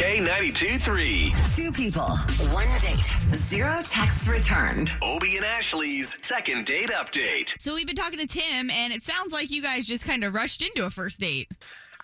K92 3. Two people, one date, zero texts returned. Obie and Ashley's second date update. So we've been talking to Tim, and it sounds like you guys just kind of rushed into a first date.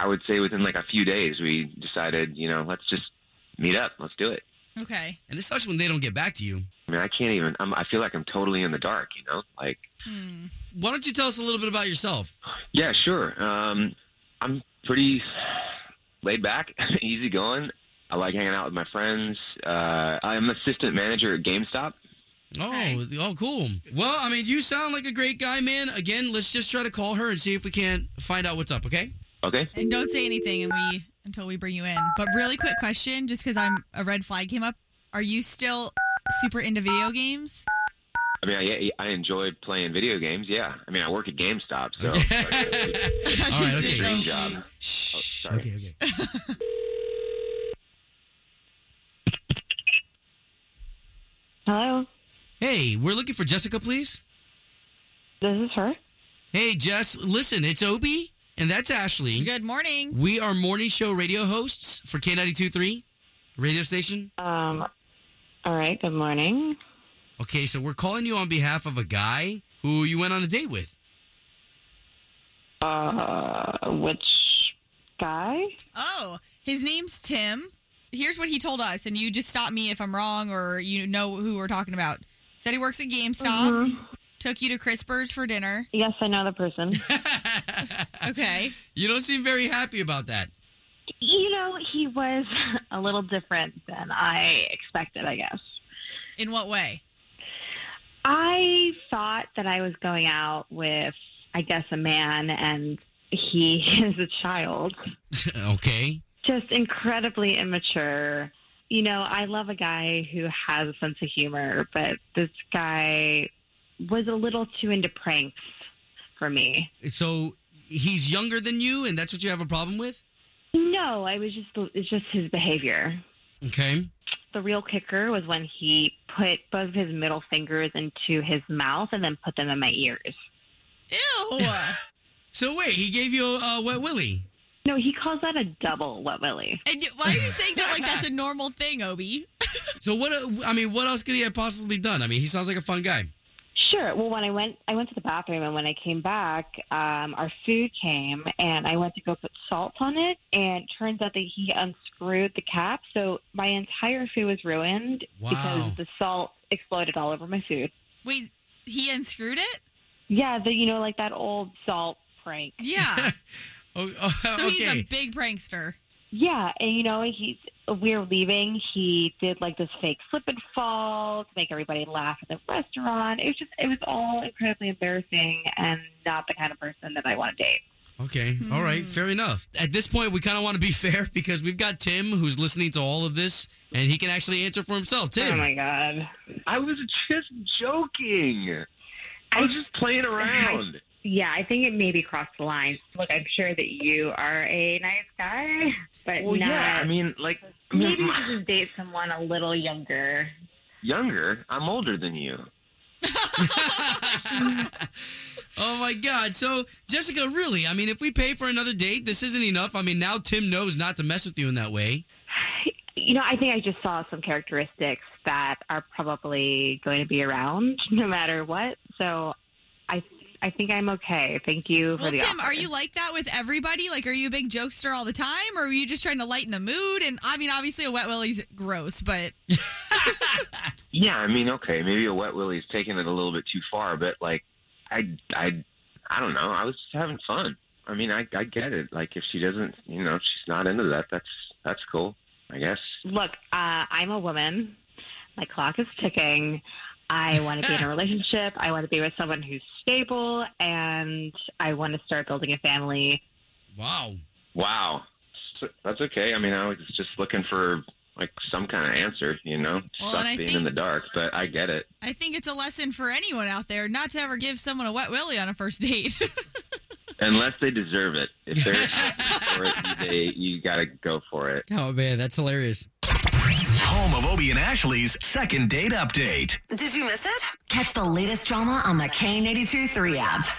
I would say within like a few days, we decided, you know, let's just meet up. Let's do it. Okay. And it sucks when they don't get back to you. I mean, I can't even, I'm, I feel like I'm totally in the dark, you know? Like, Hmm. Why don't you tell us a little bit about yourself? yeah, sure. Um, I'm pretty laid back, easygoing. I like hanging out with my friends. Uh, I'm assistant manager at GameStop. Oh, Hi. oh, cool. Well, I mean, you sound like a great guy, man. Again, let's just try to call her and see if we can find out what's up. Okay? Okay. And don't say anything, and we until we bring you in. But really quick question, just because I'm a red flag came up. Are you still super into video games? I mean, I, I enjoy playing video games. Yeah. I mean, I work at GameStop, so um, All right, okay. dream job. Shh. sorry. okay, okay. Hello, Hey, we're looking for Jessica, please. this is her. Hey, Jess, listen, it's Obie, and that's Ashley. Good morning. We are morning show radio hosts for K92.3 radio station. Um, all right, good morning. Okay, so we're calling you on behalf of a guy who you went on a date with. Uh, which guy? Oh, his name's Tim. Here's what he told us, and you just stop me if I'm wrong or you know who we're talking about. Said he works at GameStop. Mm-hmm. Mhm. Took you to Crispers for dinner. Yes, I know the person. Okay. You don't seem very happy about that. you know, he was a little different than I expected, I guess. In what way? I thought that I was going out with, I guess, a man, and he is a child. okay. Just incredibly immature. You know, I love a guy who has a sense of humor, but this guy was a little too into pranks for me. So he's younger than you, and that's what you have a problem with? No, I was just it's just his behavior. Okay. The real kicker was when he put both his middle fingers into his mouth and then put them in my ears. Ew. So wait, he gave you a uh, wet willy. No, he calls that a double wet willy. and why are you saying that like that's a normal thing, Obi? So what? uh, I mean, what else could he have possibly done? I mean, he sounds like a fun guy. Sure. Well, when I went, I went to the bathroom, and when I came back, um, our food came, and I went to go put salt on it, and it turns out that he unscrewed the cap, so my entire food was ruined Wow. because the salt exploded all over my food. Wait, he unscrewed it? Yeah, the you know like that old salt prank. Yeah. Oh, oh, So he's a okay. big prankster. Yeah, and you know he's we were leaving. He did like this fake slip and fall to make everybody laugh at the restaurant. It was just it was all incredibly embarrassing and not the kind of person that I want to date. okay. All right. Hmm. Fair enough. At this point, we kind of want to be fair because we've got Tim who's listening to all of this, and he can actually answer for himself. Tim. Oh my god. I was just joking. I was just playing around. Yeah, I think it maybe crossed the line. Look, I'm sure that you are a nice guy, but Well, not. yeah. I mean, like, I mean, maybe you my- should date someone a little younger. younger. I'm older than you. oh my god. So Jessica, really? I mean, if we pay for another date, this isn't enough. I mean, now Tim knows not to mess with you in that way. You know, I think I just saw some characteristics that are probably going to be around no matter what. So, I I think I'm okay. Thank you for Well, the Tim, offer. are you like that with everybody? Like, are you a big jokester all the time, or are you just trying to lighten the mood? And I mean, obviously, a wet willy's gross, but Yeah, I mean, okay, maybe a wet willy's taking it a little bit too far, but like, I, I, I don't know. I was just having fun. I mean, I, I get it. Like, if she doesn't, you know, if she's not into that. That's that's cool. I guess. Look, uh, I'm a woman. My clock is ticking. I want to be in a relationship. I want to be with someone who's stable, and I want to start building a family. Wow. Wow. that's okay. I mean, I was just looking for like some kind of answer. You know, Well, and I sucks being in think- the dark, but I get it. I think it's a lesson for anyone out there not to ever give someone a wet willy on a first date. Unless they deserve it. If they're asking for it, they, you got to go for it. Oh man, that's hilarious. Home of Obie and Ashley's second date update. Did you miss it? Catch the latest drama on the K82 3 app.